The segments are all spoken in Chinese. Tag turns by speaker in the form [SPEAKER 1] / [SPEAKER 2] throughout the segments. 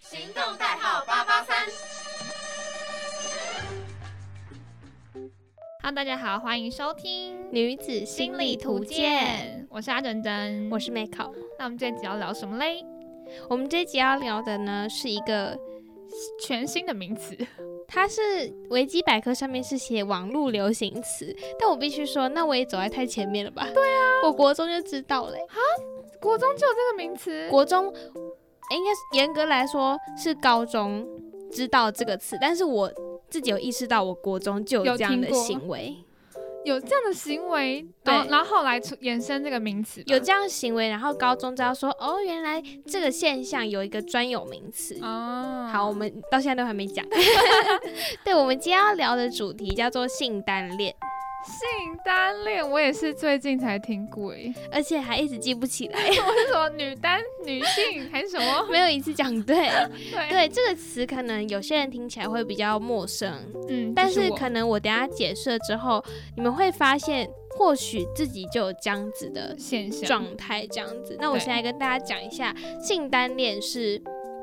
[SPEAKER 1] 行动代号八八三。
[SPEAKER 2] Hello，大家好，欢迎收听《
[SPEAKER 3] 女子心理图鉴》，，
[SPEAKER 2] 我是阿珍珍，
[SPEAKER 3] 我是 m a k
[SPEAKER 2] 那我们这集要聊什么嘞？
[SPEAKER 3] 我们这集要聊的呢是一个，
[SPEAKER 2] 全新的名词，
[SPEAKER 3] 它是维基百科上面是写网络流行词，但我必须说，那我也走在太前面了吧？对啊，我国中就知道嘞、
[SPEAKER 2] 国中就有这个名词，
[SPEAKER 3] 国中，诶应该是严格来说是高中知道这个词，但是我自己有意识到，我国中就
[SPEAKER 2] 有
[SPEAKER 3] 有这样的
[SPEAKER 2] 听过
[SPEAKER 3] 行为，
[SPEAKER 2] 有这样的行为，然后
[SPEAKER 3] 对
[SPEAKER 2] 然后后来出衍生这个名词吧，
[SPEAKER 3] 有这样的行为，然后高中知道说，哦，原来这个现象有一个专有名词。
[SPEAKER 2] 哦，
[SPEAKER 3] 好，我们到现在都还没 讲。对，我们今天要聊的主题叫做性单恋，
[SPEAKER 2] 性单恋，我也是最近才听过诶，
[SPEAKER 3] 而且还一直记不起 来，
[SPEAKER 2] 我是什么女单、女性还是什么？
[SPEAKER 3] 没有一次讲对。
[SPEAKER 2] 对，
[SPEAKER 3] 对这个词，可能有些人听起来会比较陌生，
[SPEAKER 2] 嗯，
[SPEAKER 3] 但
[SPEAKER 2] 就是我
[SPEAKER 3] 可能我等一下解释了之后，你们会发现，或许自己就有这样子的
[SPEAKER 2] 现象
[SPEAKER 3] 状态，这样子。那我
[SPEAKER 2] 对
[SPEAKER 3] 现在跟大家讲一下性单恋是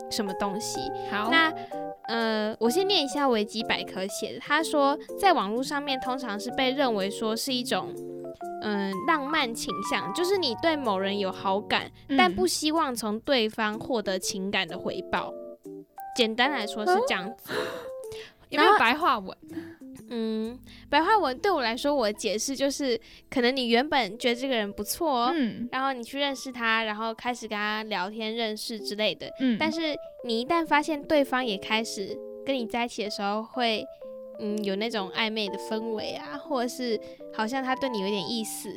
[SPEAKER 3] 什么东西。
[SPEAKER 2] 好，
[SPEAKER 3] 那呃，我先念一下维基百科写的，他说在网络上面通常是被认为说是一种。嗯，浪漫倾向就是你对某人有好感，但
[SPEAKER 2] 嗯
[SPEAKER 3] 不希望从对方获得情感的回报。简单来说是这样
[SPEAKER 2] 哦
[SPEAKER 3] 子。
[SPEAKER 2] 有没
[SPEAKER 3] 然
[SPEAKER 2] 有
[SPEAKER 3] 后
[SPEAKER 2] 白话文？
[SPEAKER 3] 嗯，白话文对我来说，我的解释就是，可能你原本觉得这个人不错、哦，
[SPEAKER 2] 嗯
[SPEAKER 3] 然后你去认识他，然后开始跟他聊天、认识之类的，
[SPEAKER 2] 嗯，
[SPEAKER 3] 但是你一旦发现对方也开始跟你在一起的时候会，嗯，有那种暧昧的氛围啊，或者是好像他对你有点意思，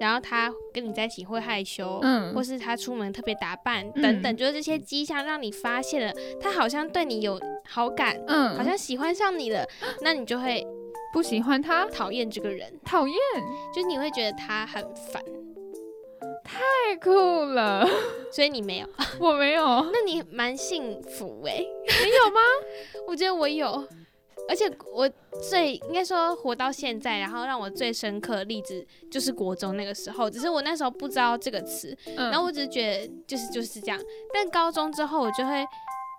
[SPEAKER 3] 然后他跟你在一起会害羞，
[SPEAKER 2] 嗯
[SPEAKER 3] 或是他出门特别打扮
[SPEAKER 2] 嗯
[SPEAKER 3] 等等，就是这些迹象让你发现了他好像对你有好感，
[SPEAKER 2] 嗯，
[SPEAKER 3] 好像喜欢上你了，那你就会
[SPEAKER 2] 不喜欢他，
[SPEAKER 3] 讨厌这个人，
[SPEAKER 2] 讨厌，
[SPEAKER 3] 就是你会觉得他很烦，
[SPEAKER 2] 太酷了，
[SPEAKER 3] 所以你没有，
[SPEAKER 2] 我没有，
[SPEAKER 3] 那你蛮幸福诶、
[SPEAKER 2] 你有吗？
[SPEAKER 3] 我觉得我有，而且我最应该说活到现在，然后让我最深刻的例子就是国中那个时候，只是我那时候不知道这个词，
[SPEAKER 2] 嗯
[SPEAKER 3] 然后我只是觉得就是就是这样。但高中之后，我就会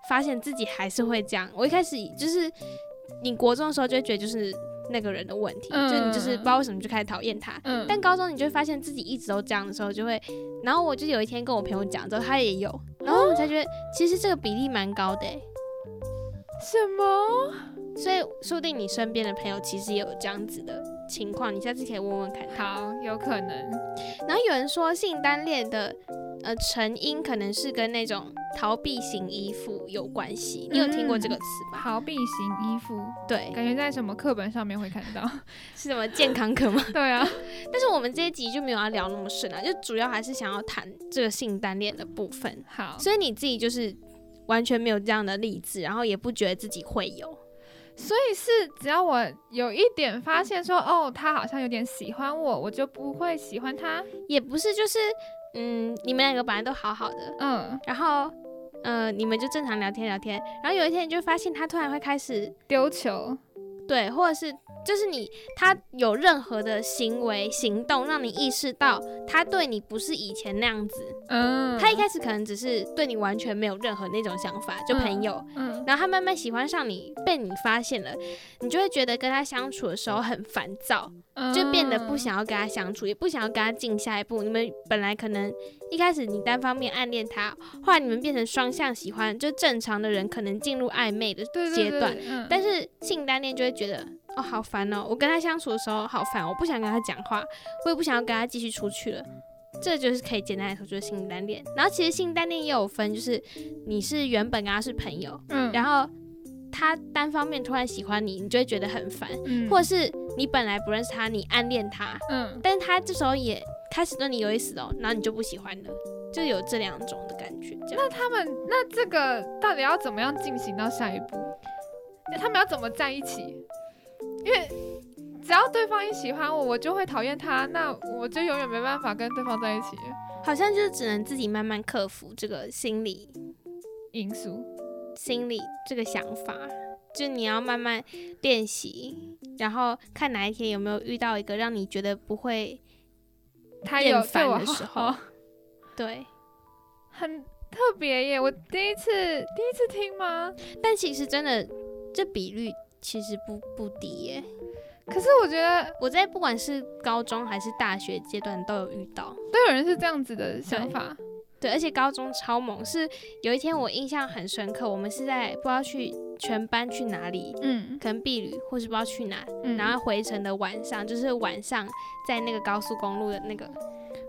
[SPEAKER 3] 发现自己还是会这样。我一开始就是你国中的时候就会觉得就是那个人的问题，就你就是不知道为什么就开始讨厌他。
[SPEAKER 2] 嗯
[SPEAKER 3] 但高中你就会发现自己一直都这样的时候，就会，然后我就有一天跟我朋友讲之后，他也有，然后我们才觉得其实这个比例蛮高的、欸。
[SPEAKER 2] 什么？
[SPEAKER 3] 所以说不定你身边的朋友其实也有这样子的情况，你下次可以问问看。
[SPEAKER 2] 好，有可能，
[SPEAKER 3] 然后有人说性单恋的呃成因可能是跟那种逃避型依附有关系，你有听过这个词吗？
[SPEAKER 2] 逃避型依附，
[SPEAKER 3] 对，
[SPEAKER 2] 感觉在什么课本上面会看 到。
[SPEAKER 3] 是什么健康课吗？
[SPEAKER 2] 对啊，
[SPEAKER 3] 但是我们这一集就没有要聊那么深啊，就主要还是想要谈这个性单恋的部分。
[SPEAKER 2] 好，
[SPEAKER 3] 所以你自己就是完全没有这样的例子，然后也不觉得自己会有。
[SPEAKER 2] 所以是只要我有一点发现说，哦，他好像有点喜欢我，我就不会喜欢他。
[SPEAKER 3] 也不是就是嗯，你们两个本来都好好的，
[SPEAKER 2] 嗯，
[SPEAKER 3] 然后，呃，你们就正常聊天聊天，然后有一天你就发现他突然会开始
[SPEAKER 2] 丢球，
[SPEAKER 3] 对，或者是就是你他有任何的行为行动，让你意识到他对你不是以前那样子，
[SPEAKER 2] 嗯，
[SPEAKER 3] 他一开始可能只是对你完全没有任何那种想法，就朋友，
[SPEAKER 2] 嗯，
[SPEAKER 3] 然后他慢慢喜欢上你，被你发现了，你就会觉得跟他相处的时候很烦躁，
[SPEAKER 2] 嗯
[SPEAKER 3] 就变得不。想要跟他相处，也不想要跟他进下一步。你们本来可能一开始你单方面暗恋他，后来你们变成双向喜欢，就正常的人可能进入暧昧的
[SPEAKER 2] 对对
[SPEAKER 3] 阶
[SPEAKER 2] 对，
[SPEAKER 3] 段。
[SPEAKER 2] 嗯、
[SPEAKER 3] 但是性单恋就会觉得，哦，好烦哦！我跟他相处的时候好烦，我不想跟他讲话，我也不想要跟他继续出去了。这就是可以简单来说，就是性单恋。然后其实性单恋也有分，就是你是原本跟他是朋友，
[SPEAKER 2] 嗯，
[SPEAKER 3] 然后他单方面突然喜欢你，你就会觉得很烦，
[SPEAKER 2] 嗯
[SPEAKER 3] 或者是你本来不认识他，你暗恋他，
[SPEAKER 2] 嗯，
[SPEAKER 3] 但是他这时候也开始对你有意思哦，然后你就不喜欢了，就有这两种的感觉。这样
[SPEAKER 2] 那他们那这个到底要怎么样进行到下一步？他们要怎么在一起？因为只要对方一喜欢我，我就会讨厌他，那我就永远没办法跟对方在一起。
[SPEAKER 3] 好像就是只能自己慢慢克服这个心理
[SPEAKER 2] 因素，
[SPEAKER 3] 心里这个想法，就你要慢慢练习，然后看哪一天有没有遇到一个让你觉得不会
[SPEAKER 2] 他有
[SPEAKER 3] 厌烦
[SPEAKER 2] 对我
[SPEAKER 3] 的时
[SPEAKER 2] 好
[SPEAKER 3] 候对
[SPEAKER 2] 很很特别耶！我第一次第一次听吗？
[SPEAKER 3] 但其实真的这比率其实不不低耶。
[SPEAKER 2] 可是我觉得
[SPEAKER 3] 我在不管是高中还是大学阶段都有遇到，
[SPEAKER 2] 都有人是这样子的想法，
[SPEAKER 3] 对，而且高中超猛，是有一天我印象很深刻，我们是在不知道去全班去哪里，
[SPEAKER 2] 嗯
[SPEAKER 3] 可能避旅或是不知道去哪，
[SPEAKER 2] 嗯，
[SPEAKER 3] 然后回程的晚上，就是晚上在那个高速公路的那个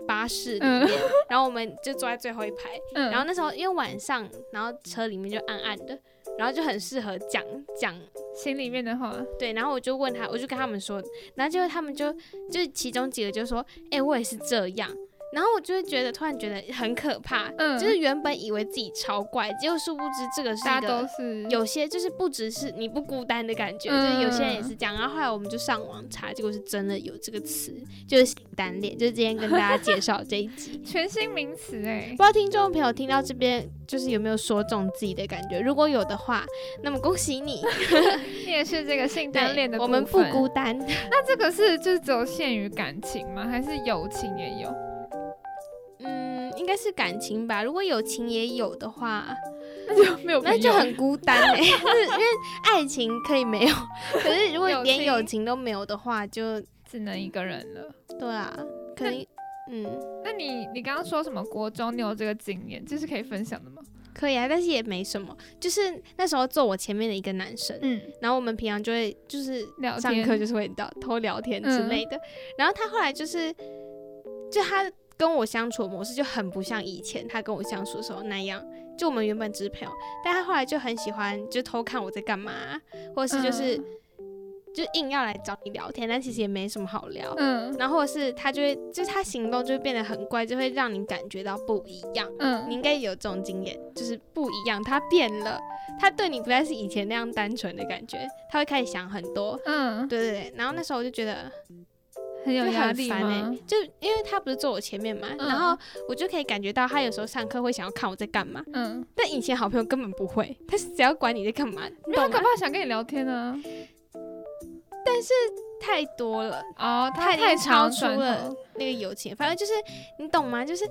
[SPEAKER 3] 巴士里面， 然后我们就坐在最后一排，
[SPEAKER 2] 嗯
[SPEAKER 3] 然后那时候因为晚上，然后车里面就暗暗的，然后就很适合讲讲
[SPEAKER 2] 心里面的话，
[SPEAKER 3] 对，然后我就问他，我就跟他们说，然后结果他们就就其中几个就说，哎、我也是这样。然后我就会觉得，突然觉得很可怕，
[SPEAKER 2] 嗯
[SPEAKER 3] 就是原本以为自己超怪，结果殊不知这个是
[SPEAKER 2] 大
[SPEAKER 3] 一
[SPEAKER 2] 家都
[SPEAKER 3] 个
[SPEAKER 2] 是
[SPEAKER 3] 有些就是不只是你不孤单的感觉，
[SPEAKER 2] 嗯
[SPEAKER 3] 就是有些人也是这样。然后后来我们就上网查，结果是真的有这个词，就是性单恋，就是今天跟大家介绍这一 集。
[SPEAKER 2] 全新名词哎
[SPEAKER 3] 不知，道听众朋友听到这边，就是有没有说中自己的感觉？如果有的话，那么恭喜你，
[SPEAKER 2] 你也是这个性单恋的
[SPEAKER 3] 我们
[SPEAKER 2] 部
[SPEAKER 3] 不
[SPEAKER 2] 分
[SPEAKER 3] 孤单。
[SPEAKER 2] 那这个是就是只有限于感情吗？还是友情也 有？
[SPEAKER 3] 嗯，应该是感情吧。如果友情也有的话，
[SPEAKER 2] 那就没有
[SPEAKER 3] 那就很孤单 哎、 就是因为爱情可以没有，可是如果
[SPEAKER 2] 友
[SPEAKER 3] 连
[SPEAKER 2] 情
[SPEAKER 3] 友情都没有的话，就
[SPEAKER 2] 只能一个人了。
[SPEAKER 3] 对啊，可能嗯
[SPEAKER 2] 那你你刚刚说什么国中你有这个经验，这是可以分享的吗？
[SPEAKER 3] 可以啊，但是也没什么。就是那时候坐我前面的一个男生，
[SPEAKER 2] 嗯，
[SPEAKER 3] 然后我们平常就会就是
[SPEAKER 2] 聊天嗯
[SPEAKER 3] 上课就是会到偷聊天之类的。然后他后来就是，就他跟我相处的模式就很不像以前他跟我相处的时候那样。就我们原本只是朋友，但他后来就很喜欢就偷看我在干嘛，啊或者是
[SPEAKER 2] 嗯
[SPEAKER 3] 就是、就硬要来找你聊天，但其实也没什么好聊。
[SPEAKER 2] 嗯
[SPEAKER 3] 然后或者是他就会就是他行动就会变得很怪，就会让你感觉到不一样。
[SPEAKER 2] 嗯
[SPEAKER 3] 你应该有这种经验，就是不一样，他变了，他对你不再是以前那样单纯的感觉，他会开始想很欸多。
[SPEAKER 2] 嗯，
[SPEAKER 3] 对对对，然后那时候我就觉得
[SPEAKER 2] 很
[SPEAKER 3] 就
[SPEAKER 2] 有压
[SPEAKER 3] 很
[SPEAKER 2] 力
[SPEAKER 3] 烦哎、
[SPEAKER 2] 吗？
[SPEAKER 3] 就因为他不是坐我前面嘛，
[SPEAKER 2] 嗯
[SPEAKER 3] 然后我就可以感觉到他有时候上课会想要看我在干嘛，
[SPEAKER 2] 嗯，
[SPEAKER 3] 但以前好朋友根本不会，他是只要管你在干嘛，你
[SPEAKER 2] 没有
[SPEAKER 3] 懂
[SPEAKER 2] 很可
[SPEAKER 3] 吗？
[SPEAKER 2] 怕，想跟你聊天啊。
[SPEAKER 3] 太多了，
[SPEAKER 2] 哦，他
[SPEAKER 3] 他已经
[SPEAKER 2] 太
[SPEAKER 3] 超
[SPEAKER 2] 常
[SPEAKER 3] 出
[SPEAKER 2] 转
[SPEAKER 3] 了
[SPEAKER 2] 头，
[SPEAKER 3] 那个友情，反
[SPEAKER 2] 嗯
[SPEAKER 3] 正就是你懂吗？就是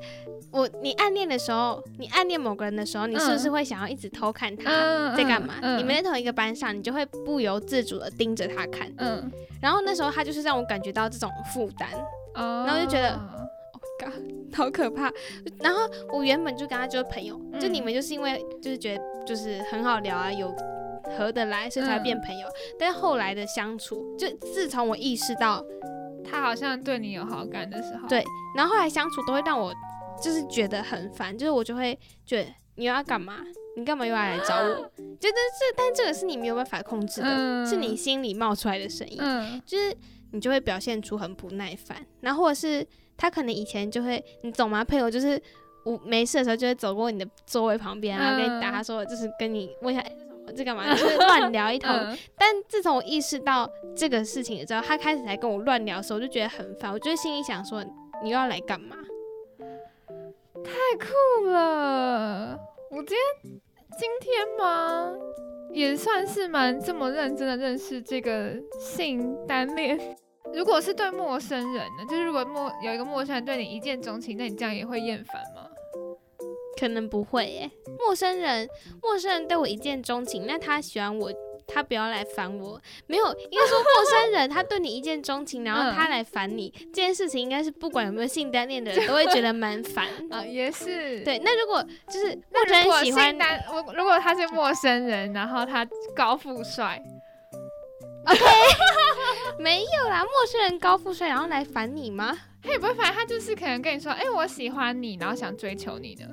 [SPEAKER 3] 我你暗恋的时候，你暗恋某个人的时候，你是不是会想要一直偷看他？
[SPEAKER 2] 嗯
[SPEAKER 3] 在干嘛？
[SPEAKER 2] 嗯
[SPEAKER 3] 你们在同一个班上，你就会不由自主的盯着他看。
[SPEAKER 2] 嗯，
[SPEAKER 3] 然后那时候他就是让我感觉到这种负担
[SPEAKER 2] 哦，
[SPEAKER 3] 然后就觉得，God，好 可怕。然后我原本就跟他就是朋友，
[SPEAKER 2] 嗯
[SPEAKER 3] 就你们就是因为就是觉得就是很好聊啊，有合得来，所以才会
[SPEAKER 2] 嗯
[SPEAKER 3] 变朋友。但是后来的相处，就自从我意识到，
[SPEAKER 2] 他好像对你有好感的时候，
[SPEAKER 3] 对然后后来相处都会让我就是觉得很烦，就是我就会觉得你又要干嘛？你干嘛又要来找我？就但这但这个是你没有办法控制的，
[SPEAKER 2] 嗯
[SPEAKER 3] 是你心里冒出来的声音。
[SPEAKER 2] 嗯
[SPEAKER 3] 就是你就会表现出很不耐烦，然后或者是他可能以前就会，你懂吗？朋友就是我没事的时候就会走过你的座位旁边，然后跟你打
[SPEAKER 2] 嗯
[SPEAKER 3] 他说，就是跟你问一下，哎、这什么这 干嘛？就是乱聊一通。
[SPEAKER 2] 嗯
[SPEAKER 3] 但自从我意识到这个事情之后，他开始来跟我乱聊的时候，我就觉得很烦，我就心里想说，你又要来干嘛？
[SPEAKER 2] 酷了。我今天今天吗，也算是蛮这么认真的认识这个性单恋。如果是对陌生人呢，就是如果陌有一个陌生人对你一见钟情，那你这样也会厌烦吗？
[SPEAKER 3] 可能不会耶、陌生人，陌生人对我一见钟情，那他喜欢我，他不要来烦我。没有，应该说陌生人他对你一见钟 情，然后
[SPEAKER 2] 嗯
[SPEAKER 3] 他来烦你，这件事情应该是不管有没有性单恋的人都会觉得蛮烦。
[SPEAKER 2] 啊，也是。
[SPEAKER 3] 对，那如果就是陌
[SPEAKER 2] 那
[SPEAKER 3] 生
[SPEAKER 2] 如果
[SPEAKER 3] 人喜
[SPEAKER 2] 性
[SPEAKER 3] 欢，
[SPEAKER 2] 单，我如果他是陌生人，然后他高富帅，
[SPEAKER 3] 没有啦，陌生人高富帅然后来烦你吗？
[SPEAKER 2] 他也不会烦，他就是可能跟你说，哎、我喜欢你，然后想追求你呢。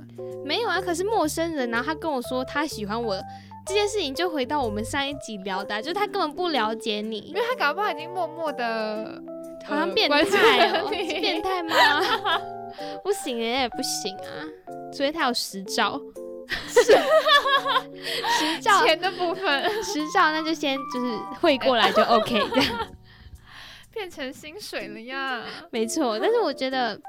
[SPEAKER 3] 没有啊，可是陌生人，然后他跟我说他喜欢我。这件事情就回到我们上一集聊的啊、就是他根本不了解你
[SPEAKER 2] 因，为他搞不好已经默默的，
[SPEAKER 3] 好像
[SPEAKER 2] 呃
[SPEAKER 3] 变
[SPEAKER 2] 关注
[SPEAKER 3] 态
[SPEAKER 2] 了
[SPEAKER 3] 哦、
[SPEAKER 2] 你
[SPEAKER 3] 是变态吗？ 不行哎、不行啊，除非他有十兆， 十兆
[SPEAKER 2] 钱的部分
[SPEAKER 3] 十兆，那就先就是汇过来就 OK 这样，
[SPEAKER 2] 变成薪水了 呀。
[SPEAKER 3] 没错。但是我觉得，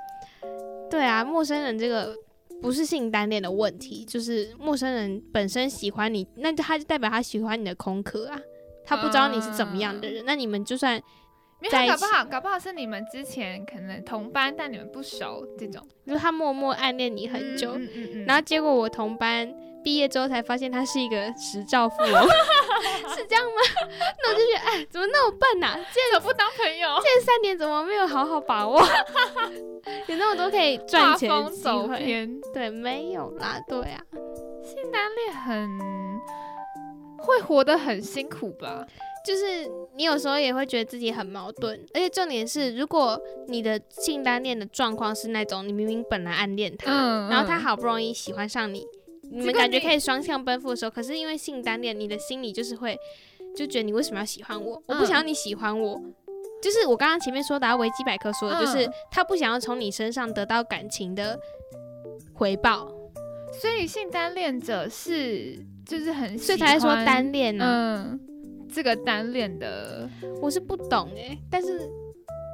[SPEAKER 3] 对啊，陌生人这个不是性单恋的问题，就是陌生人本身喜欢你，
[SPEAKER 2] 啊
[SPEAKER 3] 那他就代表他喜欢你的空壳啊，他不知道你是怎么样的人，那你们就算
[SPEAKER 2] 没
[SPEAKER 3] 在一
[SPEAKER 2] 有，搞不好搞不好是你们之前可能同班，但你们不熟这种
[SPEAKER 3] 就是他默默暗恋你很久，
[SPEAKER 2] 嗯嗯嗯
[SPEAKER 3] 然
[SPEAKER 2] 后
[SPEAKER 3] 后结果我同班毕业之后才发现他是一个十兆 富翁，是这样吗？那我就觉得，哎，怎么那么笨呐、
[SPEAKER 2] 怎么不当朋友？
[SPEAKER 3] 这三年怎么没有好好把握？ 有那么多可以赚钱
[SPEAKER 2] 画
[SPEAKER 3] 的
[SPEAKER 2] 风
[SPEAKER 3] 机
[SPEAKER 2] 走
[SPEAKER 3] 会？
[SPEAKER 2] 偏，
[SPEAKER 3] 对，没有啦，对啊，
[SPEAKER 2] 性单恋很会活得很辛苦吧？
[SPEAKER 3] 就是你有时候也会觉得自己很矛盾，而且重点是，如果你的性单恋的状况是那种你明明本来暗恋他，
[SPEAKER 2] 嗯，
[SPEAKER 3] 然后他
[SPEAKER 2] 嗯
[SPEAKER 3] 好不容易喜欢上你，你
[SPEAKER 2] 结
[SPEAKER 3] 们
[SPEAKER 2] 果
[SPEAKER 3] 感觉
[SPEAKER 2] 你
[SPEAKER 3] 可以双向奔赴的时候，可是因为性单恋，你的心里就是会就觉得你为什么要喜欢我？我不
[SPEAKER 2] 嗯
[SPEAKER 3] 想要你喜欢我。就是我刚刚前面说的啊，维基百科说的，就是
[SPEAKER 2] 嗯
[SPEAKER 3] 他不想要从你身上得到感情的回报，
[SPEAKER 2] 所以性单恋者是就是很
[SPEAKER 3] 所以
[SPEAKER 2] 喜
[SPEAKER 3] 才会说
[SPEAKER 2] 欢
[SPEAKER 3] 单恋啊呢、
[SPEAKER 2] 嗯，这个单恋的
[SPEAKER 3] 我是不懂哎、但是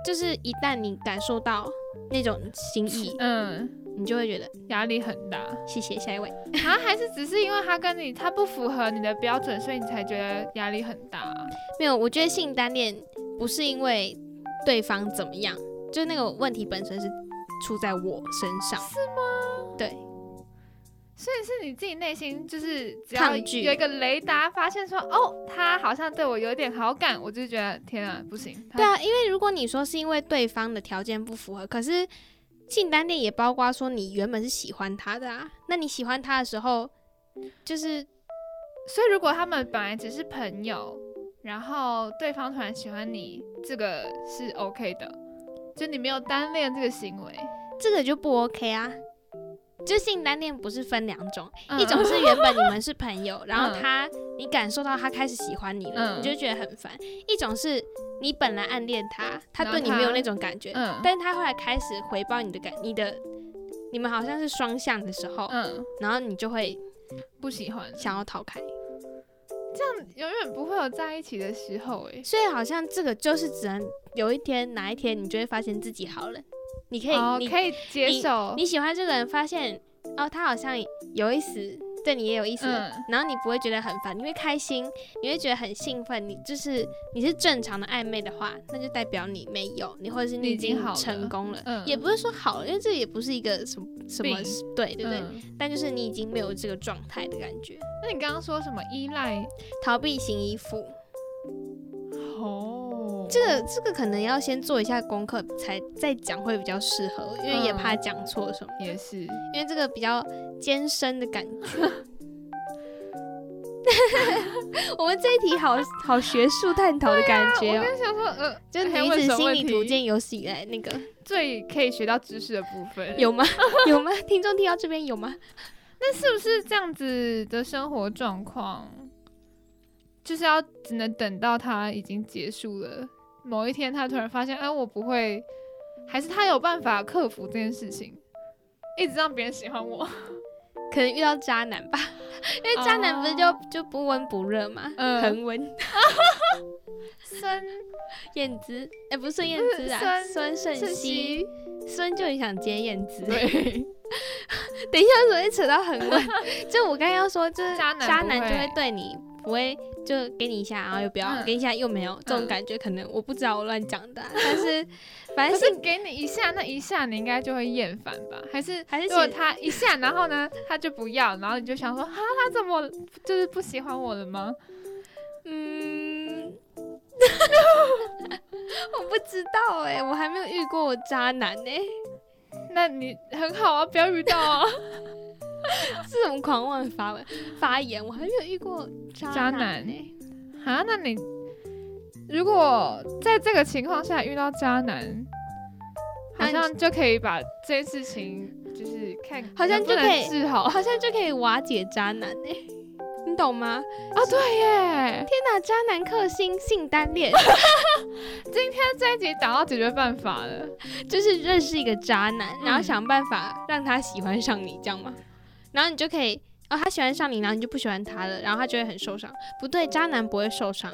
[SPEAKER 3] 就是一旦你感受到那种 心意，
[SPEAKER 2] 嗯
[SPEAKER 3] 你就会觉得
[SPEAKER 2] 压力很大。
[SPEAKER 3] 谢谢下一位。
[SPEAKER 2] 然后啊还是只是因为他跟你他不符合你的标准，所以你才觉得压力很大。啊
[SPEAKER 3] 没有，我觉得性单恋不是因为对方怎么样，就是那个问题本身是出在我身上。是吗？对，
[SPEAKER 2] 所以是你自己内心就是只要
[SPEAKER 3] 抗拒
[SPEAKER 2] 有一个雷达发现说哦，他好像对我有点好感，我就觉得天啊，不行。他
[SPEAKER 3] 对啊，因为如果你说是因为对方的条件不符合，可是性单恋也包括说你原本是喜欢他的啊，那你喜欢他的时候，就是
[SPEAKER 2] 所以如果他们本来只是朋友，然后对方突然喜欢你，这个是 OK 的，就你没有单恋这个行为。
[SPEAKER 3] 这个就不 OK 啊。就性单恋不是分两种，
[SPEAKER 2] 嗯
[SPEAKER 3] 一种是原本你们是 朋友，然后
[SPEAKER 2] 嗯
[SPEAKER 3] 他你感受到他开始喜欢你了，
[SPEAKER 2] 嗯
[SPEAKER 3] 你就觉得很烦；一种是你本来暗恋他，他
[SPEAKER 2] 然
[SPEAKER 3] 对
[SPEAKER 2] 后
[SPEAKER 3] 你没有
[SPEAKER 2] 他
[SPEAKER 3] 那种感觉，
[SPEAKER 2] 嗯
[SPEAKER 3] 但是他后来开始回报你的感，你的你们好像是双向的时候，
[SPEAKER 2] 嗯，
[SPEAKER 3] 然后你就会
[SPEAKER 2] 不喜欢，
[SPEAKER 3] 想要逃开。
[SPEAKER 2] 永远不会有在一起的时候欸诶、
[SPEAKER 3] 所以好像这个就是只能有一天哪一天你就会发现自己好了，你可以、
[SPEAKER 2] 哦，
[SPEAKER 3] 你
[SPEAKER 2] 可以接受，
[SPEAKER 3] 你喜欢这个人，发现哦他好像有意思，对你也有意思，
[SPEAKER 2] 嗯
[SPEAKER 3] 然后你不会觉得很烦，你会开心，你会觉得很兴奋，你就是你是正常的暧昧的话，那就代表你没有，你或者是
[SPEAKER 2] 你
[SPEAKER 3] 已
[SPEAKER 2] 已经
[SPEAKER 3] 经
[SPEAKER 2] 好了
[SPEAKER 3] 成功了，
[SPEAKER 2] 嗯
[SPEAKER 3] 也不是说好了，因为这也不是一个什么什么
[SPEAKER 2] 病
[SPEAKER 3] 事，对对对，
[SPEAKER 2] 嗯
[SPEAKER 3] 但就是你已经没有这个状态的感觉，
[SPEAKER 2] 那你刚刚说什么依赖？
[SPEAKER 3] 逃避型依附，
[SPEAKER 2] 哦，
[SPEAKER 3] 这个这个可能要先做一下功课才再讲会比较适合，因为也
[SPEAKER 2] 嗯
[SPEAKER 3] 怕讲错什么的，
[SPEAKER 2] 也是，
[SPEAKER 3] 因为这个比较艰深的感觉。我们这一题好好学术探讨的感觉
[SPEAKER 2] 我
[SPEAKER 3] 哦，
[SPEAKER 2] 刚想说，呃，
[SPEAKER 3] 就是
[SPEAKER 2] 还
[SPEAKER 3] 女
[SPEAKER 2] 问什
[SPEAKER 3] 子
[SPEAKER 2] 么
[SPEAKER 3] 心
[SPEAKER 2] 问
[SPEAKER 3] 理
[SPEAKER 2] 题
[SPEAKER 3] 图鉴有史以来那个
[SPEAKER 2] 最可以学到知识的部分，
[SPEAKER 3] 有吗？ 有吗？听众听到这边有吗？
[SPEAKER 2] 是不是这样子的生活状况，就是要只能等到他已经结束了，某一天他突然发现，哎、我不会，还是他有办法克服这件事情，一直让别人喜欢我，
[SPEAKER 3] 可能遇到渣男吧，因为渣男不是就、就不温不热嘛，
[SPEAKER 2] 嗯
[SPEAKER 3] 恒温
[SPEAKER 2] 孙
[SPEAKER 3] 燕姿，哎、不是孙燕姿啊，
[SPEAKER 2] 孙
[SPEAKER 3] 孙盛
[SPEAKER 2] 是
[SPEAKER 3] 熙，
[SPEAKER 2] 熙，
[SPEAKER 3] 孙就很想接燕姿。
[SPEAKER 2] 对，
[SPEAKER 3] 等一下，怎么会扯到 很稳？就我刚刚要说，就是
[SPEAKER 2] 渣男
[SPEAKER 3] 渣
[SPEAKER 2] 不
[SPEAKER 3] 男就
[SPEAKER 2] 会
[SPEAKER 3] 会对你不会，就给你一下，然后又不要，
[SPEAKER 2] 嗯
[SPEAKER 3] 给你一下又没有，这种
[SPEAKER 2] 嗯
[SPEAKER 3] 感觉可能我不知道，我乱讲的啊、但是反
[SPEAKER 2] 可
[SPEAKER 3] 正
[SPEAKER 2] 是
[SPEAKER 3] 性
[SPEAKER 2] 给你一下，那一下你应该就会厌烦吧？还是
[SPEAKER 3] 还是
[SPEAKER 2] 如
[SPEAKER 3] 其
[SPEAKER 2] 果
[SPEAKER 3] 实
[SPEAKER 2] 他一下，然后呢， 他就不要，然后你就想说，哈，他怎么就是不喜欢我了吗？
[SPEAKER 3] 嗯， 我不知道哎、我还没有遇过渣男欸 呢、
[SPEAKER 2] 那你很好啊，不要遇到 啊，
[SPEAKER 3] 这种狂妄的发文发言，我还没有遇过渣
[SPEAKER 2] 渣
[SPEAKER 3] 男欸
[SPEAKER 2] 男
[SPEAKER 3] 呢、
[SPEAKER 2] 啊，那你如果在这个情况下遇到渣男，好
[SPEAKER 3] 那你
[SPEAKER 2] 像就可以把这件事情就是看，
[SPEAKER 3] 好像
[SPEAKER 2] 能
[SPEAKER 3] 就
[SPEAKER 2] 不能
[SPEAKER 3] 可以
[SPEAKER 2] 治好
[SPEAKER 3] 我。哦好像就可以瓦解渣男呢、你懂吗？
[SPEAKER 2] 哦，对耶，
[SPEAKER 3] 天哪，渣男克星性单 恋。
[SPEAKER 2] 那这一集找到解决办法了。
[SPEAKER 3] 就是认识一个渣男，
[SPEAKER 2] 嗯
[SPEAKER 3] 然后想办法让他喜欢上你，这样吗？然后你就可以，哦，他喜欢上你，然后你就不喜欢他了，然后他就会很受伤。不对，渣男不会受伤，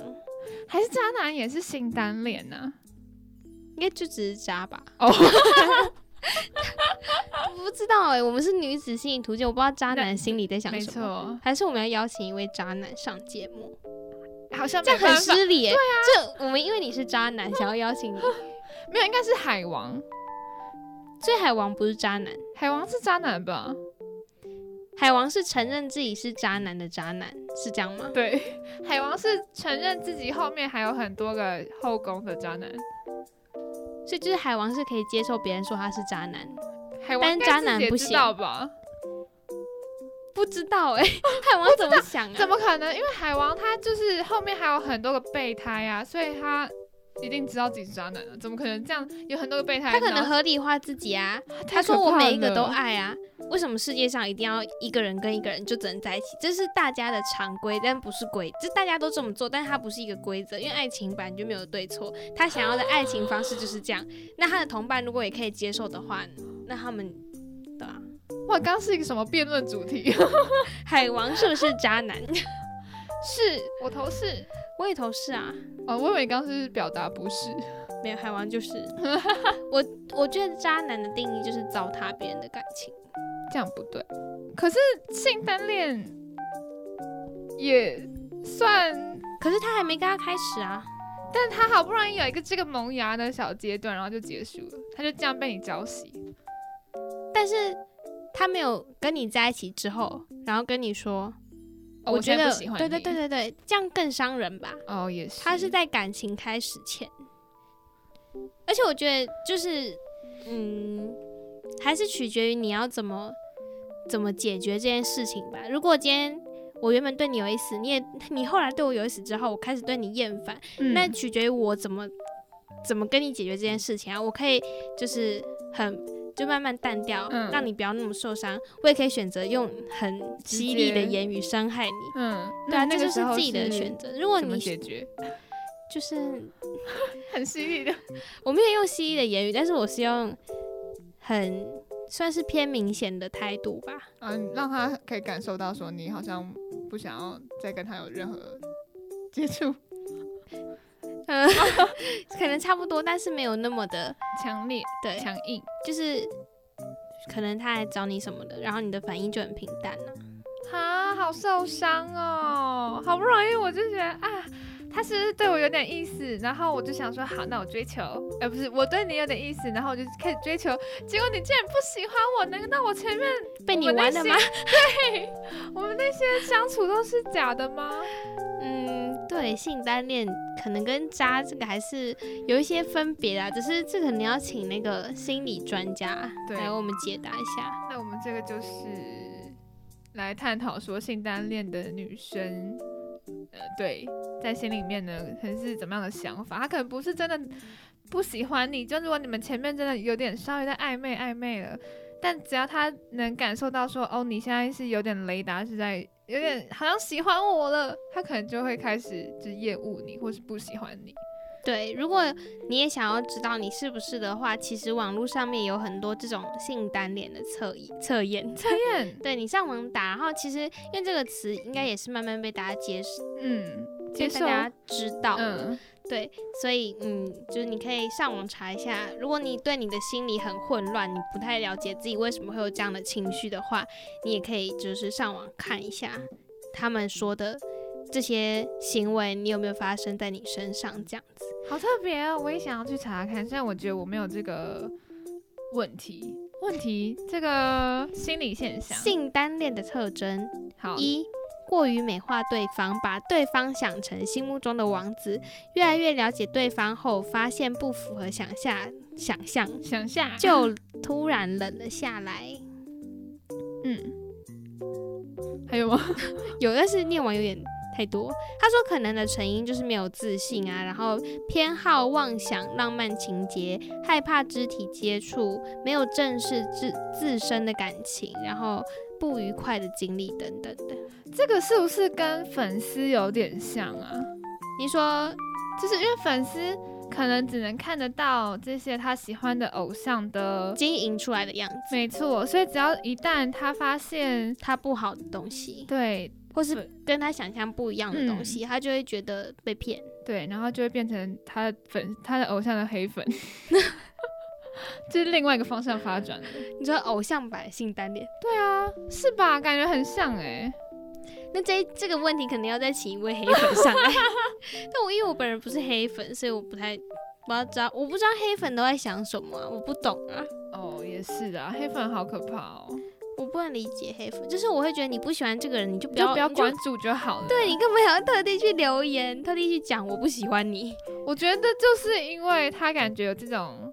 [SPEAKER 2] 还是渣男也是性单恋啊呐、
[SPEAKER 3] 应该就只是渣吧？
[SPEAKER 2] 哦，
[SPEAKER 3] 不知道哎、我们是女子心理图鉴，我不知道渣男心里在想
[SPEAKER 2] 没
[SPEAKER 3] 什么。
[SPEAKER 2] 错，
[SPEAKER 3] 还是我们要邀请一位渣男上节目？
[SPEAKER 2] 好像
[SPEAKER 3] 这
[SPEAKER 2] 没
[SPEAKER 3] 样很
[SPEAKER 2] 办法，啊
[SPEAKER 3] 失礼耶、这我们因为你是渣男，想要邀请 你，
[SPEAKER 2] 没有，应该是海王，
[SPEAKER 3] 所以海王不是渣男，
[SPEAKER 2] 海王是渣男吧？
[SPEAKER 3] 海王是承认自己是渣男的渣男，是这样吗？
[SPEAKER 2] 对， 海王是承认自己后面还有很多个后宫的渣男，
[SPEAKER 3] 所以就是海王是可以接受别人说他是渣男，
[SPEAKER 2] 海王
[SPEAKER 3] 但
[SPEAKER 2] 应该
[SPEAKER 3] 渣
[SPEAKER 2] 自己
[SPEAKER 3] 男
[SPEAKER 2] 也
[SPEAKER 3] 不
[SPEAKER 2] 知
[SPEAKER 3] 行
[SPEAKER 2] 道吧？
[SPEAKER 3] 不知道
[SPEAKER 2] 欸
[SPEAKER 3] 哎、 海王怎么想啊？
[SPEAKER 2] 怎么可能？因为海王他就是后面还有很多个备胎啊，所以他一定知道自己是渣男啊，怎么可能这样有很多个备胎？
[SPEAKER 3] 他可
[SPEAKER 2] 然
[SPEAKER 3] 能
[SPEAKER 2] 后
[SPEAKER 3] 合理化自己啊？他
[SPEAKER 2] 太
[SPEAKER 3] 说
[SPEAKER 2] 可
[SPEAKER 3] 我
[SPEAKER 2] 怕
[SPEAKER 3] 每一个
[SPEAKER 2] 了
[SPEAKER 3] 都爱啊，为什么世界上一定要一个人跟一个人就只能在一起？这是大家的常规，但不是规，这大家都这么做，但它不是一个规则，因为爱情本来就没有对错，他想要的爱情方式就是这样。那他的同伴如果也可以接受的话，那他们对啊，
[SPEAKER 2] 哇，刚刚是一个什么辩论主题？
[SPEAKER 3] 海王是不是渣男？
[SPEAKER 2] 是我头是
[SPEAKER 3] 我也投是啊，
[SPEAKER 2] 哦，我以为刚刚是表达不是。
[SPEAKER 3] 没有海王就是 我，我觉得渣男的定义就是糟蹋别人的感情。
[SPEAKER 2] 这样不对。可是性单恋也算，
[SPEAKER 3] 可是他还没跟他开始啊，
[SPEAKER 2] 但他好不容易有一个这个萌芽的小阶段，然后就结束了，他就这样被你浇熄。
[SPEAKER 3] 但是他没有跟你在一起之后，然后跟你说，
[SPEAKER 2] 哦、现
[SPEAKER 3] 觉
[SPEAKER 2] 在
[SPEAKER 3] 得
[SPEAKER 2] 不喜欢
[SPEAKER 3] 对对
[SPEAKER 2] 你
[SPEAKER 3] 对。对对，这样更伤人吧？
[SPEAKER 2] 哦，也是。
[SPEAKER 3] 他是在感情开始前，而且我觉得就是，嗯，还是取决于你要怎么怎么解决这件事情吧。如果今天我原本对你有意思，你也你后来对我有意思之后，我开始对你厌烦，
[SPEAKER 2] 嗯
[SPEAKER 3] 那取决于我怎么怎么跟你解决这件事情啊。我可以就是很就慢慢淡掉，
[SPEAKER 2] 嗯
[SPEAKER 3] 让你不要那么受伤。我也可以选择用很犀利的
[SPEAKER 2] 直接
[SPEAKER 3] 言语伤害你。
[SPEAKER 2] 嗯，
[SPEAKER 3] 对啊，
[SPEAKER 2] 那
[SPEAKER 3] 这
[SPEAKER 2] 那
[SPEAKER 3] 就
[SPEAKER 2] 个时候
[SPEAKER 3] 自己的
[SPEAKER 2] 是
[SPEAKER 3] 选择。如果
[SPEAKER 2] 怎么
[SPEAKER 3] 你
[SPEAKER 2] 解决？
[SPEAKER 3] 就是
[SPEAKER 2] 很犀利 的。
[SPEAKER 3] 我没有用犀利的言语，但是我是用很算是偏明显的态度吧。
[SPEAKER 2] 嗯，让他可以感受到说你好像不想要再跟他有任何接触，
[SPEAKER 3] 嗯， 可能差不多，但是没有那么的
[SPEAKER 2] 强烈、
[SPEAKER 3] 对，
[SPEAKER 2] 强硬。
[SPEAKER 3] 就是可能他来找你什么的，然后你的反应就很平淡了、
[SPEAKER 2] 啊，好受伤哦！好不容易我就觉得啊，他是不是对我有点意思？然后我就想说，好，那我追求，哎、不是，我对你有点意思，然后我就开始追求，结果你竟然不喜欢我，难道我前面
[SPEAKER 3] 被你玩了吗？
[SPEAKER 2] 我们那些相处都是假的吗？
[SPEAKER 3] 嗯，对，性单恋可能跟渣这个还是有一些分别的啊，只是这个你要请那个心理专家
[SPEAKER 2] 对
[SPEAKER 3] 来为我们解答一下。
[SPEAKER 2] 那我们这个就是来探讨说性单恋的女生，呃，对，在心里面呢，可能是怎么样的想法？她可能不是真的不喜欢你，就如果你们前面真的有点稍微在暧昧暧昧了，但只要她能感受到说，哦，你现在是有点雷达是在。有点好像喜欢我了，她可能就会开始就厌恶你，或是不喜欢你。
[SPEAKER 3] 对，如果你也想要知道你是不是的话，其实网络上面有很多这种性单恋的测测验。
[SPEAKER 2] 测验，
[SPEAKER 3] 对你上网打，然后其实因为这个词应该也是慢慢被大家接受，
[SPEAKER 2] 嗯，接
[SPEAKER 3] 被
[SPEAKER 2] 受，
[SPEAKER 3] 大家知道的。
[SPEAKER 2] 嗯，
[SPEAKER 3] 对，所以嗯，就是你可以上网查一下，如果你对你的心理很混乱，你不太了解自己为什么会有这样的情绪的话，你也可以就是上网看一下他们说的这些行为，你有没有发生在你身上？这样子，
[SPEAKER 2] 好特别哦！我也想要去查看，虽然我觉得我没有这个问题。问题这个心理现象，
[SPEAKER 3] 性单恋的特征
[SPEAKER 2] 好，
[SPEAKER 3] 一。过于美化对方，把对方想成心目中的王子。越来越了解对方后，发现不符合想象，想象
[SPEAKER 2] 想下
[SPEAKER 3] 就突然冷了下来。
[SPEAKER 2] 嗯，还有吗？
[SPEAKER 3] 有，但是念完有点太多。他说可能的成因就是没有自信啊，然后偏好妄想、浪漫情节，害怕肢体接触，没有正视自自身的感情，然后不愉快的经历等等的。
[SPEAKER 2] 这个是不是跟粉丝有点像啊？
[SPEAKER 3] 你说
[SPEAKER 2] 就是因为粉丝可能只能看得到这些他喜欢的偶像的，
[SPEAKER 3] 经营出来的样子，
[SPEAKER 2] 没错，所以只要一旦他发现，
[SPEAKER 3] 他不好的东西，
[SPEAKER 2] 对
[SPEAKER 3] 或是
[SPEAKER 2] 对
[SPEAKER 3] 跟他想象不一样的东西，他就会觉得被骗。
[SPEAKER 2] 对，然后就会变成他的粉，他的偶像的黑粉， 就是另外一个方向发展了。
[SPEAKER 3] 你说偶像版性单恋，
[SPEAKER 2] 对啊，是吧？感觉很像哎、
[SPEAKER 3] 那这这个问题可能要再请一位黑粉上来。 但我因为我本人不是黑粉，所以我不太我要知道，我不知道黑粉都在想什么啊、我不懂啊，
[SPEAKER 2] 哦，也是的，黑粉好可怕哦，
[SPEAKER 3] 我不能理解黑粉。就是我会觉得你不喜欢这个人，你就不
[SPEAKER 2] 就
[SPEAKER 3] 要
[SPEAKER 2] 不要
[SPEAKER 3] 你
[SPEAKER 2] 关注就好了。
[SPEAKER 3] 对你干嘛还要特地去留言，特地去讲我不喜欢你？
[SPEAKER 2] 我觉得就是因为他感觉有这种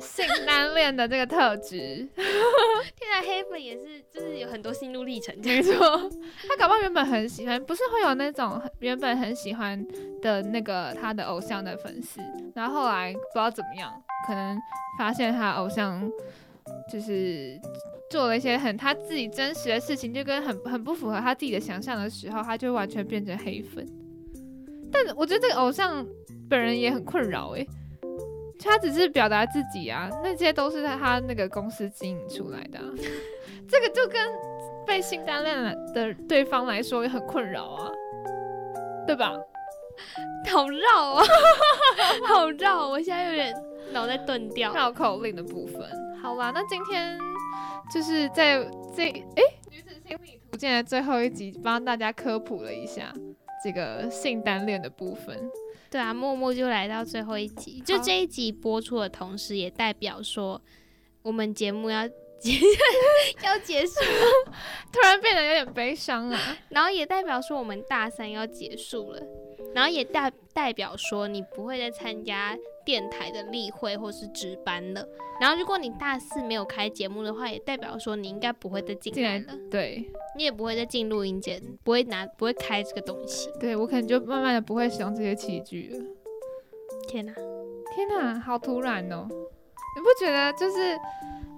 [SPEAKER 2] 性单恋的这个特质，
[SPEAKER 3] 天啊，黑粉也是，就是有很多心路历程，没错。
[SPEAKER 2] 他搞不好原本很喜欢，不是会有那种很原本很喜欢的那个他的偶像的粉丝，然后后来不知道怎么样，可能发现他偶像就是做了一些很他自己真实的事情，就跟很很不符合他自己的想象的时候，他就完全变成黑粉。但我觉得这个偶像本人也很困扰诶、就他只是表达自己啊，那些都是他他那个公司经营出来的啊、 这个就跟被性单恋了的对方来说也很困扰啊，对吧？
[SPEAKER 3] 好绕啊， 好绕！我现在有点脑袋钝掉。
[SPEAKER 2] 绕口令的部分。好啦，那今天就是在这诶女子心理图鉴的最后一集，帮大家科普了一下这个性单恋的部分。
[SPEAKER 3] 对啊，默默就来到最后一集，就
[SPEAKER 2] 好
[SPEAKER 3] 这一集播出的同时，也代表说我们节目要 要结束，
[SPEAKER 2] 突然变得有点悲伤啊，
[SPEAKER 3] 然后也代表说我们大三要结束了，然后也代代表说你不会再参加电台的例会或是值班了。然后如果你大四没有开节目的话，也代表说你应该不会再进
[SPEAKER 2] 进
[SPEAKER 3] 来
[SPEAKER 2] 来
[SPEAKER 3] 了，
[SPEAKER 2] 对
[SPEAKER 3] 你也不会再进录音间，不会拿不会开这个东西。
[SPEAKER 2] 对，我可能就慢慢的不会使用这些器具了。
[SPEAKER 3] 天哪、
[SPEAKER 2] 天哪，好突然哦！你不觉得就是，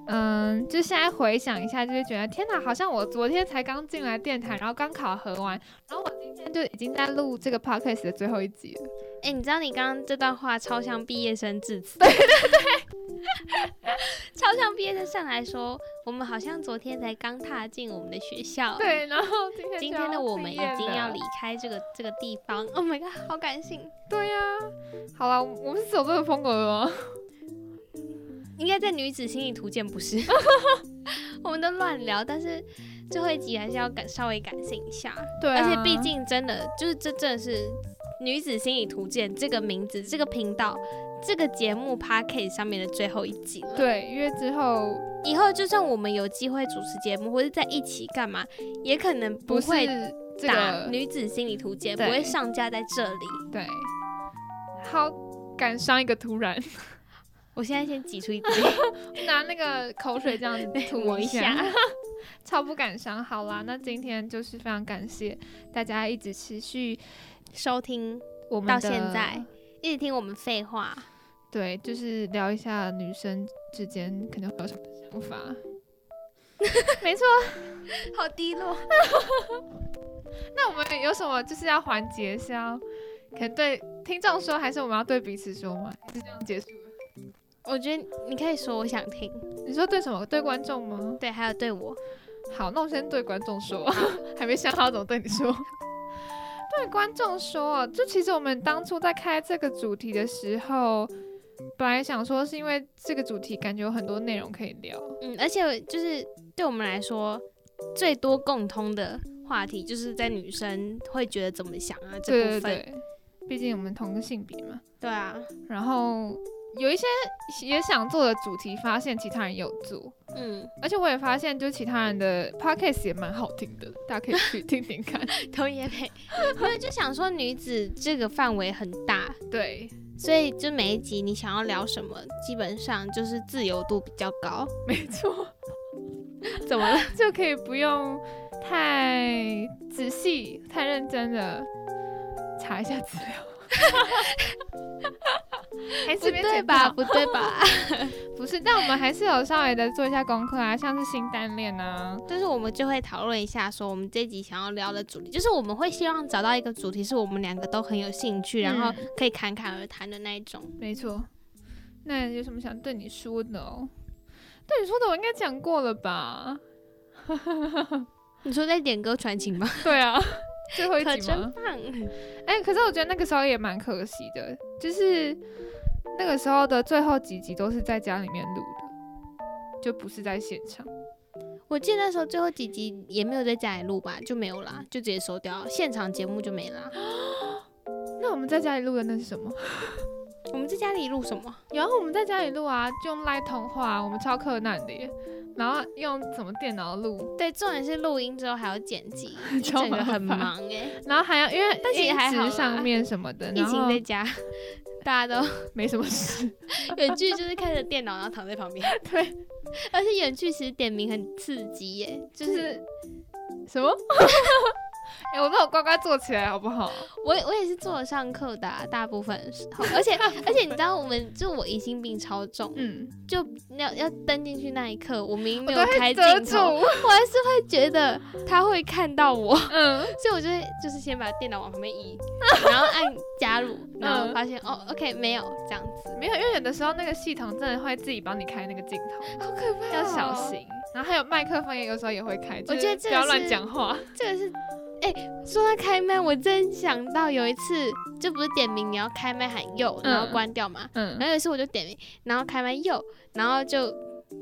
[SPEAKER 2] 嗯，就现在回想一下，就会觉得天哪，好像我昨天才刚进来电台，然后刚考核完，然后我今天就已经在录这个 podcast 的最后一集了。
[SPEAKER 3] 哎、你知道你刚刚这段话超像毕业生致辞， 超像毕业生上来说，我们好像昨天才刚踏进我们的学校，，
[SPEAKER 2] 对，然后今天
[SPEAKER 3] 哦今
[SPEAKER 2] 就
[SPEAKER 3] 天的
[SPEAKER 2] 要
[SPEAKER 3] 我
[SPEAKER 2] 毕
[SPEAKER 3] 们已
[SPEAKER 2] 业
[SPEAKER 3] 经要
[SPEAKER 2] 了
[SPEAKER 3] 离开这个这个地方。Oh my god，好感性，
[SPEAKER 2] 对呀、好了，我们是走这个风格的哦吗？
[SPEAKER 3] 应该在女子心理图鉴 不是？我们都乱聊，但是最后一集还是要感稍微感性一下，
[SPEAKER 2] 对、啊
[SPEAKER 3] 而且毕竟真的就是这真的是女子心理图鉴这个名字、这个频道、这个节目 p a c k a g e 上面的最后一集了。
[SPEAKER 2] 对，因为之后
[SPEAKER 3] 以后就算我们有机会主持节目，或者在一起干嘛，也可能
[SPEAKER 2] 不是
[SPEAKER 3] 会
[SPEAKER 2] 这
[SPEAKER 3] 打
[SPEAKER 2] 个
[SPEAKER 3] 《女子心理图鉴》，
[SPEAKER 2] 对
[SPEAKER 3] 不会上架在这里。
[SPEAKER 2] 对，好感伤一个突然，
[SPEAKER 3] 我现在先挤 出一滴
[SPEAKER 2] 拿那个口水这样子
[SPEAKER 3] 抹
[SPEAKER 2] 涂
[SPEAKER 3] 一 下。
[SPEAKER 2] 超不感伤。好啦，那今天就是非常感谢大家一直持续
[SPEAKER 3] 收听，
[SPEAKER 2] 我们
[SPEAKER 3] 到
[SPEAKER 2] 的
[SPEAKER 3] 现在，一直听我们废话。
[SPEAKER 2] 对，就是聊一下女生之间可能会有什么想法。 没错，
[SPEAKER 3] 好低落，
[SPEAKER 2] 那我们有什么就是要缓解一下哦？可能对听众说，还是我们要对彼此说吗？是这样结束？
[SPEAKER 3] 我觉得你可以说我想听，
[SPEAKER 2] 你说对什么？对观众吗？
[SPEAKER 3] 对，还有对我，
[SPEAKER 2] 好，那我先对观众说， 还没想好怎么对你说。 对观众说，就其实我们当初在开这个主题的时候，本来想说是因为这个主题感觉有很多内容可以聊，
[SPEAKER 3] 嗯，而且就是对我们来说，最多共通的话题就是在女生会觉得怎么想啊这
[SPEAKER 2] 对
[SPEAKER 3] 部
[SPEAKER 2] 对
[SPEAKER 3] 分，
[SPEAKER 2] 对，毕竟我们同个性别嘛。
[SPEAKER 3] 对啊，
[SPEAKER 2] 然后有一些也想做的主题，发现其他人有做，
[SPEAKER 3] 嗯，
[SPEAKER 2] 而且我也发现，就其他人的 podcast 也蛮好听的，大家可以去听听看。
[SPEAKER 3] 童也 配，因为就想说女子这个范围很大，
[SPEAKER 2] 对，
[SPEAKER 3] 所以就每一集你想要聊什么，基本上就是自由度比较高。
[SPEAKER 2] 没错。
[SPEAKER 3] 怎么 了？
[SPEAKER 2] 就可以不用太仔细、太认真的查一下资料。还
[SPEAKER 3] 不
[SPEAKER 2] 是别
[SPEAKER 3] 对
[SPEAKER 2] 剪
[SPEAKER 3] 吧？
[SPEAKER 2] 掉？
[SPEAKER 3] 不对吧？
[SPEAKER 2] 不是，但我们还是有稍微的做一下功课啊，像是性单恋啊，
[SPEAKER 3] 就是我们就会讨论一下，说我们这集想要聊的主题，就是我们会希望找到一个主题是我们两个都很有兴趣，然后可以侃侃而谈的那一种。
[SPEAKER 2] 没错。那有什么想对你说的哦？对你说的我应该讲过了吧？
[SPEAKER 3] 你说在点歌传情吗？
[SPEAKER 2] 对 啊，最后一
[SPEAKER 3] 可
[SPEAKER 2] 集吗
[SPEAKER 3] 真？棒！
[SPEAKER 2] 哎、可是我觉得那个时候也蛮可惜的，就是那个时候的最后几集都是在家里面录的，就不是在现场。
[SPEAKER 3] 我记得那时候最后几集也没有在家里录吧，就没有啦，就直接收掉，现场节目就没啦。
[SPEAKER 2] 那我们在家里录的那是什么？
[SPEAKER 3] 我们在家里录什么？
[SPEAKER 2] 然后我们在家里录啊，就用 Line 通话、我们超困难的耶。然后用什么电脑录，
[SPEAKER 3] 对，重点是录音之后还要剪 辑，一
[SPEAKER 2] 超
[SPEAKER 3] 整个很
[SPEAKER 2] 麻烦
[SPEAKER 3] 忙哎、
[SPEAKER 2] 然后还要因为
[SPEAKER 3] 但其实
[SPEAKER 2] 音
[SPEAKER 3] 还
[SPEAKER 2] 质
[SPEAKER 3] 好啦
[SPEAKER 2] 上面什么的，
[SPEAKER 3] 疫
[SPEAKER 2] 然
[SPEAKER 3] 情
[SPEAKER 2] 后
[SPEAKER 3] 在家， 大家都
[SPEAKER 2] 没什么事。
[SPEAKER 3] 远距就是看着电脑，然后躺在旁边。
[SPEAKER 2] 对，
[SPEAKER 3] 而且远距其实点名很刺激耶，就
[SPEAKER 2] 就是是 什 么？哎、我都有乖乖坐起来好不好？
[SPEAKER 3] 我我也是坐着上课的啊、大部分时 候，而且而且你知道，我们就我疑心病超重，
[SPEAKER 2] 嗯，
[SPEAKER 3] 就要要登进去那一刻，我明明没
[SPEAKER 2] 我
[SPEAKER 3] 有
[SPEAKER 2] 都
[SPEAKER 3] 开
[SPEAKER 2] 会
[SPEAKER 3] 镜
[SPEAKER 2] 遮住
[SPEAKER 3] 头，。我还是会觉得他会看到我，
[SPEAKER 2] 嗯，
[SPEAKER 3] 所以我就会就是先把电脑往旁边移，然后按加入，然
[SPEAKER 2] 嗯
[SPEAKER 3] 后发现、哦，OK，没有这样子，
[SPEAKER 2] 没有，因为有的时候那个系统真的会自己帮你开那个镜头，
[SPEAKER 3] 好可怕、
[SPEAKER 2] 要小。心。然后还有麦克风，也有时候也会开，就
[SPEAKER 3] 我觉得
[SPEAKER 2] 是不
[SPEAKER 3] 这个
[SPEAKER 2] 要乱
[SPEAKER 3] 是
[SPEAKER 2] 讲话。
[SPEAKER 3] 这个是，哎、说到开麦，我真想到有一次，就不是点名你要开麦喊右，然后
[SPEAKER 2] 嗯
[SPEAKER 3] 关掉嘛。
[SPEAKER 2] 嗯
[SPEAKER 3] 然，后有一次我就点名，然后开麦右，然后就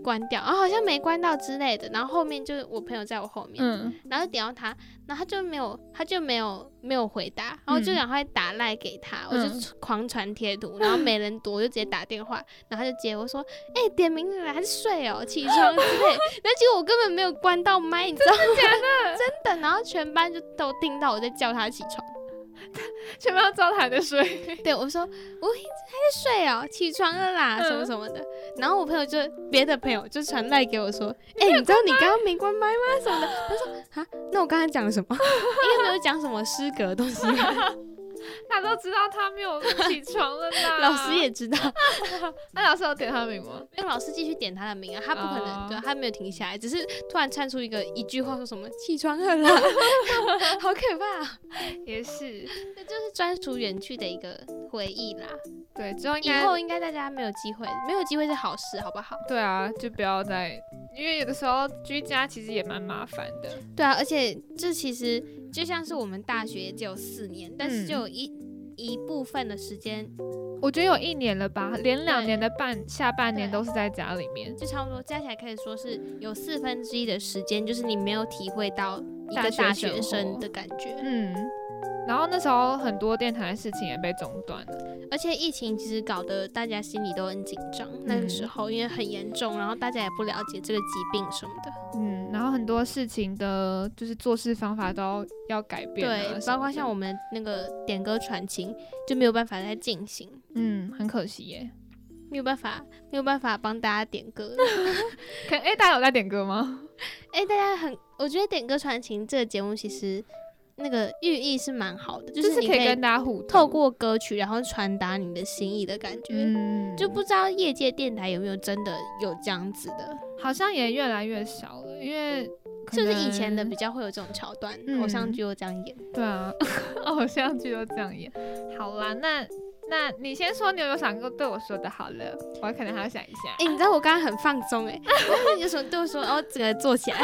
[SPEAKER 3] 关掉，然后好像没关到之类的。然后后面就是我朋友在我后面，
[SPEAKER 2] 嗯，
[SPEAKER 3] 然后就点到他，然后他就没有，他就没有没有回答，然后我就
[SPEAKER 2] 嗯
[SPEAKER 3] 赶快打赖给他，我
[SPEAKER 2] 嗯
[SPEAKER 3] 就狂传贴图，然后没 人读，我就直接打电话，然后他就接我说，哎、点名了还是睡哦，起 床之类，那结果我根本没有关到麦，你知道吗？ 真的，然后全班就都听到我在叫他起床，
[SPEAKER 2] 全部要招台的睡。
[SPEAKER 3] 对我说，我还在睡哦，起床了啦，什么
[SPEAKER 2] 嗯
[SPEAKER 3] 什么的，然后我朋友就别的朋友就传赖给我说，哎、你知道你刚刚没关麦吗？什么的，他说啊，那我刚才讲了什么？ 应该没有讲什么失格的东 西吧，
[SPEAKER 2] 他都知道他没有起床了啦。
[SPEAKER 3] 老师，也知道，
[SPEAKER 2] 那老师有点他名吗？
[SPEAKER 3] 因为老师继续点他的名啊，他不可能，
[SPEAKER 2] 哦
[SPEAKER 3] 对啊，他没有停下来，只是突然窜出一个一句话说什么起床了 啦，好可怕、啊，
[SPEAKER 2] 也是，
[SPEAKER 3] 这 就是专属远去的一个回忆啦。
[SPEAKER 2] 对，之后应
[SPEAKER 3] 以
[SPEAKER 2] 该
[SPEAKER 3] 后应该大家没有机会，没有机会是好事，好不好？
[SPEAKER 2] 对啊，就不要再，因为有的时候居家其实也蛮麻烦的。
[SPEAKER 3] 对啊，而且这其实就像是我们大学也只有四年，但是
[SPEAKER 2] 嗯
[SPEAKER 3] 就有一、一部分的时间
[SPEAKER 2] 我觉得有一年了吧，连两
[SPEAKER 3] 对
[SPEAKER 2] 年的半下半年
[SPEAKER 3] 对
[SPEAKER 2] 都是在家里面。
[SPEAKER 3] 就差不多加起来可以说是有四分之一的时间，就是你没有体会到一个大
[SPEAKER 2] 大学
[SPEAKER 3] 学
[SPEAKER 2] 生活
[SPEAKER 3] 生的感觉。
[SPEAKER 2] 嗯，然后那时候很多电台的事情也被中断了。
[SPEAKER 3] 而且疫情其实搞得大家心里都很紧张，那个时
[SPEAKER 2] 嗯
[SPEAKER 3] 候因为很严重，然后大家也不了解这个疾病什么的，
[SPEAKER 2] 嗯，然后很多事情的，就是做事方法都要改变啊什么
[SPEAKER 3] 对，
[SPEAKER 2] 的。
[SPEAKER 3] 包括像我们那个点歌传情就没有办法再进行，
[SPEAKER 2] 嗯，很可惜耶。
[SPEAKER 3] 没有办法，没有办法帮大家点歌。
[SPEAKER 2] 可哎、大家有在点歌吗？
[SPEAKER 3] 哎、大家很，我觉得《点歌传情》这个节目其实那个寓意是蛮好的， 就是
[SPEAKER 2] 是
[SPEAKER 3] 你
[SPEAKER 2] 可
[SPEAKER 3] 可
[SPEAKER 2] 以
[SPEAKER 3] 以
[SPEAKER 2] 跟大家互动
[SPEAKER 3] 透过歌曲，然后传达你的心意的感觉。
[SPEAKER 2] 嗯，
[SPEAKER 3] 就不知道业界电台有没有真的有这样子的，
[SPEAKER 2] 好像也越来越少了，因为可
[SPEAKER 3] 就是以前的
[SPEAKER 2] 能
[SPEAKER 3] 比较会有这种桥段，
[SPEAKER 2] 嗯
[SPEAKER 3] 偶像剧又这样演。
[SPEAKER 2] 对啊， 偶像剧都这样演。好啦，那那你先说，你有没有想过对我说的？好了，我可能还要想一下
[SPEAKER 3] 哎、。你知道我刚刚很放松哎、欸，有什么对我说，然后整个坐起来，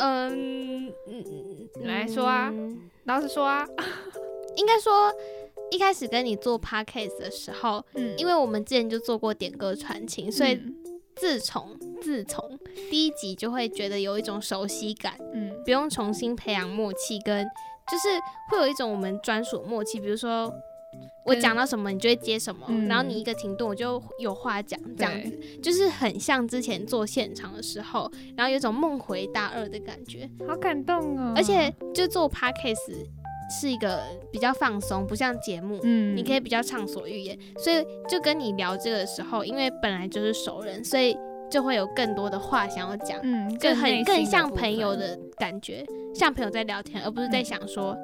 [SPEAKER 3] 嗯嗯，
[SPEAKER 2] 你来说啊
[SPEAKER 3] 嗯
[SPEAKER 2] 老实说啊，
[SPEAKER 3] 应该说一开始跟你做 podcast 的时候，
[SPEAKER 2] 嗯
[SPEAKER 3] 因为我们之前就做过点歌传情，所以自从自从第一集就会觉得有一种熟悉感，
[SPEAKER 2] 嗯
[SPEAKER 3] 不用重新培养默契跟，就是会有一种我们专属默契。比如说我
[SPEAKER 2] 跟
[SPEAKER 3] 讲到什么，你就会接什么，
[SPEAKER 2] 嗯
[SPEAKER 3] 然后你一个停顿，我就有话讲，这样子就是很像之前做现场的时候，然后有一种梦回大二的感觉。
[SPEAKER 2] 嗯，好感动哦。
[SPEAKER 3] 而且就做 podcast 是一个比较放松，不像节目，
[SPEAKER 2] 嗯，
[SPEAKER 3] 你可以比较畅所欲言，所以就跟你聊这个的时候，因为本来就是熟人，所以就会有更多的话想要讲，
[SPEAKER 2] 嗯，
[SPEAKER 3] 就很
[SPEAKER 2] 内心
[SPEAKER 3] 更
[SPEAKER 2] 的
[SPEAKER 3] 像
[SPEAKER 2] 部分
[SPEAKER 3] 朋友。的感觉，像朋友在聊天，而不是在
[SPEAKER 2] 嗯
[SPEAKER 3] 想说，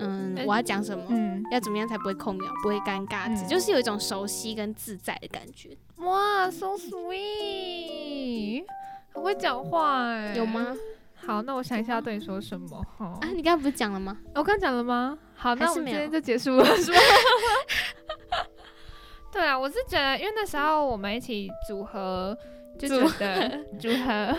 [SPEAKER 3] 嗯，
[SPEAKER 2] 哎
[SPEAKER 3] 我要讲什么，
[SPEAKER 2] 嗯，
[SPEAKER 3] 要怎么样才不会空秒，不会尴尬，
[SPEAKER 2] 嗯
[SPEAKER 3] 只就是有一种熟悉跟自在的感觉，
[SPEAKER 2] 哇，so sweet，很会讲话哎。
[SPEAKER 3] 有？吗？
[SPEAKER 2] 好，那我想一下要对你说什么哈
[SPEAKER 3] 啊，。你刚刚不是讲了吗？
[SPEAKER 2] 我刚讲了吗？好，
[SPEAKER 3] 还
[SPEAKER 2] 那
[SPEAKER 3] 是
[SPEAKER 2] 我们
[SPEAKER 3] 没
[SPEAKER 2] 今天
[SPEAKER 3] 有
[SPEAKER 2] 就结束 了，是吧？ 对啊，我是觉得，因为那时候我们一起组合，就
[SPEAKER 3] 组
[SPEAKER 2] 觉得 组合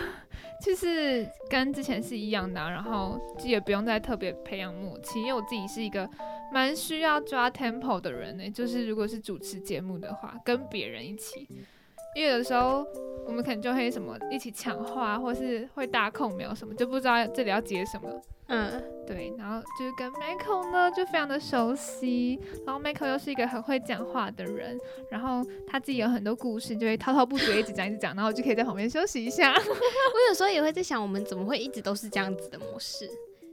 [SPEAKER 2] 就是跟之前是一样的啊、然后就也不用再特别培养默契，因为我自己是一个蛮需欸要抓 tempo 的人呢、就是如果是主持节目的话，跟别人一起。因为有的时候我们可能就会什么一起抢话，或是会搭空没有什么，就不知道这里要接什么。
[SPEAKER 3] 嗯，
[SPEAKER 2] 对，然后就是跟 Michael 呢就非常的熟悉，然后 Michael 又是一个很会讲话的人，然后他自己有很多故事，就会滔滔不绝一直讲一直讲，然后我就可以在旁边休息一下。
[SPEAKER 3] 我有时候也会在想，我们怎么会一直都是这样子的模式？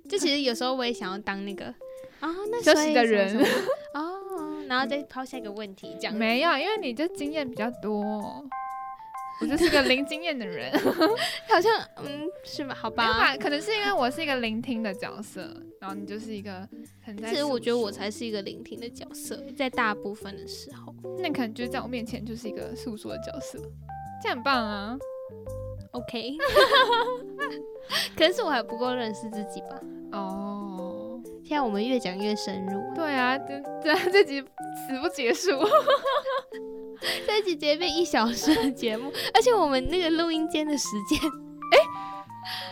[SPEAKER 3] 就其实有时候我也想要当那个啊、那
[SPEAKER 2] 休
[SPEAKER 3] 所
[SPEAKER 2] 息
[SPEAKER 3] 以
[SPEAKER 2] 的
[SPEAKER 3] 什么
[SPEAKER 2] 人
[SPEAKER 3] 什么哦，然后再抛下一个问题，这样子
[SPEAKER 2] 没有，因为你就经验比较多，我就是个零经验的人。
[SPEAKER 3] 好像嗯是吧？好
[SPEAKER 2] 没有
[SPEAKER 3] 吧，
[SPEAKER 2] 吧？可能是因为我是一个聆听的角色，然后你就是一个很在。
[SPEAKER 3] 其实我觉得我，才是一个聆听的角色，在大部分的时候，
[SPEAKER 2] 那你可能就是在我面前就是一个诉说的角色，这样很棒啊！
[SPEAKER 3] OK，可能是我还不够认识自己吧。
[SPEAKER 2] 哦，
[SPEAKER 3] 现在我们越讲越深入，
[SPEAKER 2] 对啊，这这 这集死不结束。
[SPEAKER 3] 这集直接变一小时的节目，而且我们那个录音间的时间，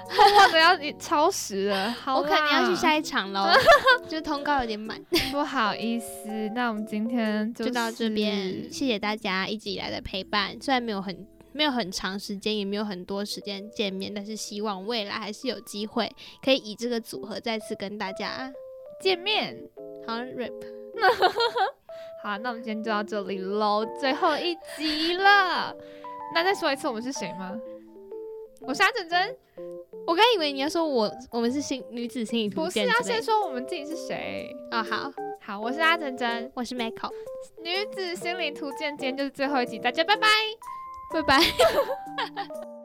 [SPEAKER 2] 或者要你超时了，好
[SPEAKER 3] 我可能要去
[SPEAKER 2] 一
[SPEAKER 3] 下一场 喽，就是通告有点满，
[SPEAKER 2] 不好意思，那我们今天就
[SPEAKER 3] 就到这边，
[SPEAKER 2] 是。
[SPEAKER 3] 谢谢大家一直以来的陪伴，虽然没有很。没有很长时间，也没有很多时间见面，但是希望未来还是有机会可以以这个组合再次跟大家
[SPEAKER 2] 见面。
[SPEAKER 3] 好像 rap
[SPEAKER 2] 好，那我们今天就到这里喽，最后一集了。 那再说一次我们是谁吗？我是阿珍珍，
[SPEAKER 3] 我刚以为你要说我我们是新女子心理图
[SPEAKER 2] 不是
[SPEAKER 3] 鉴
[SPEAKER 2] 要
[SPEAKER 3] 之类
[SPEAKER 2] 先
[SPEAKER 3] 的
[SPEAKER 2] 说我们自己是谁。
[SPEAKER 3] 哦，好，
[SPEAKER 2] 好，我是阿珍珍，
[SPEAKER 3] 我是 Michael，
[SPEAKER 2] 女子心灵图鉴，今天就是最后一集，大家拜拜。
[SPEAKER 3] 拜拜。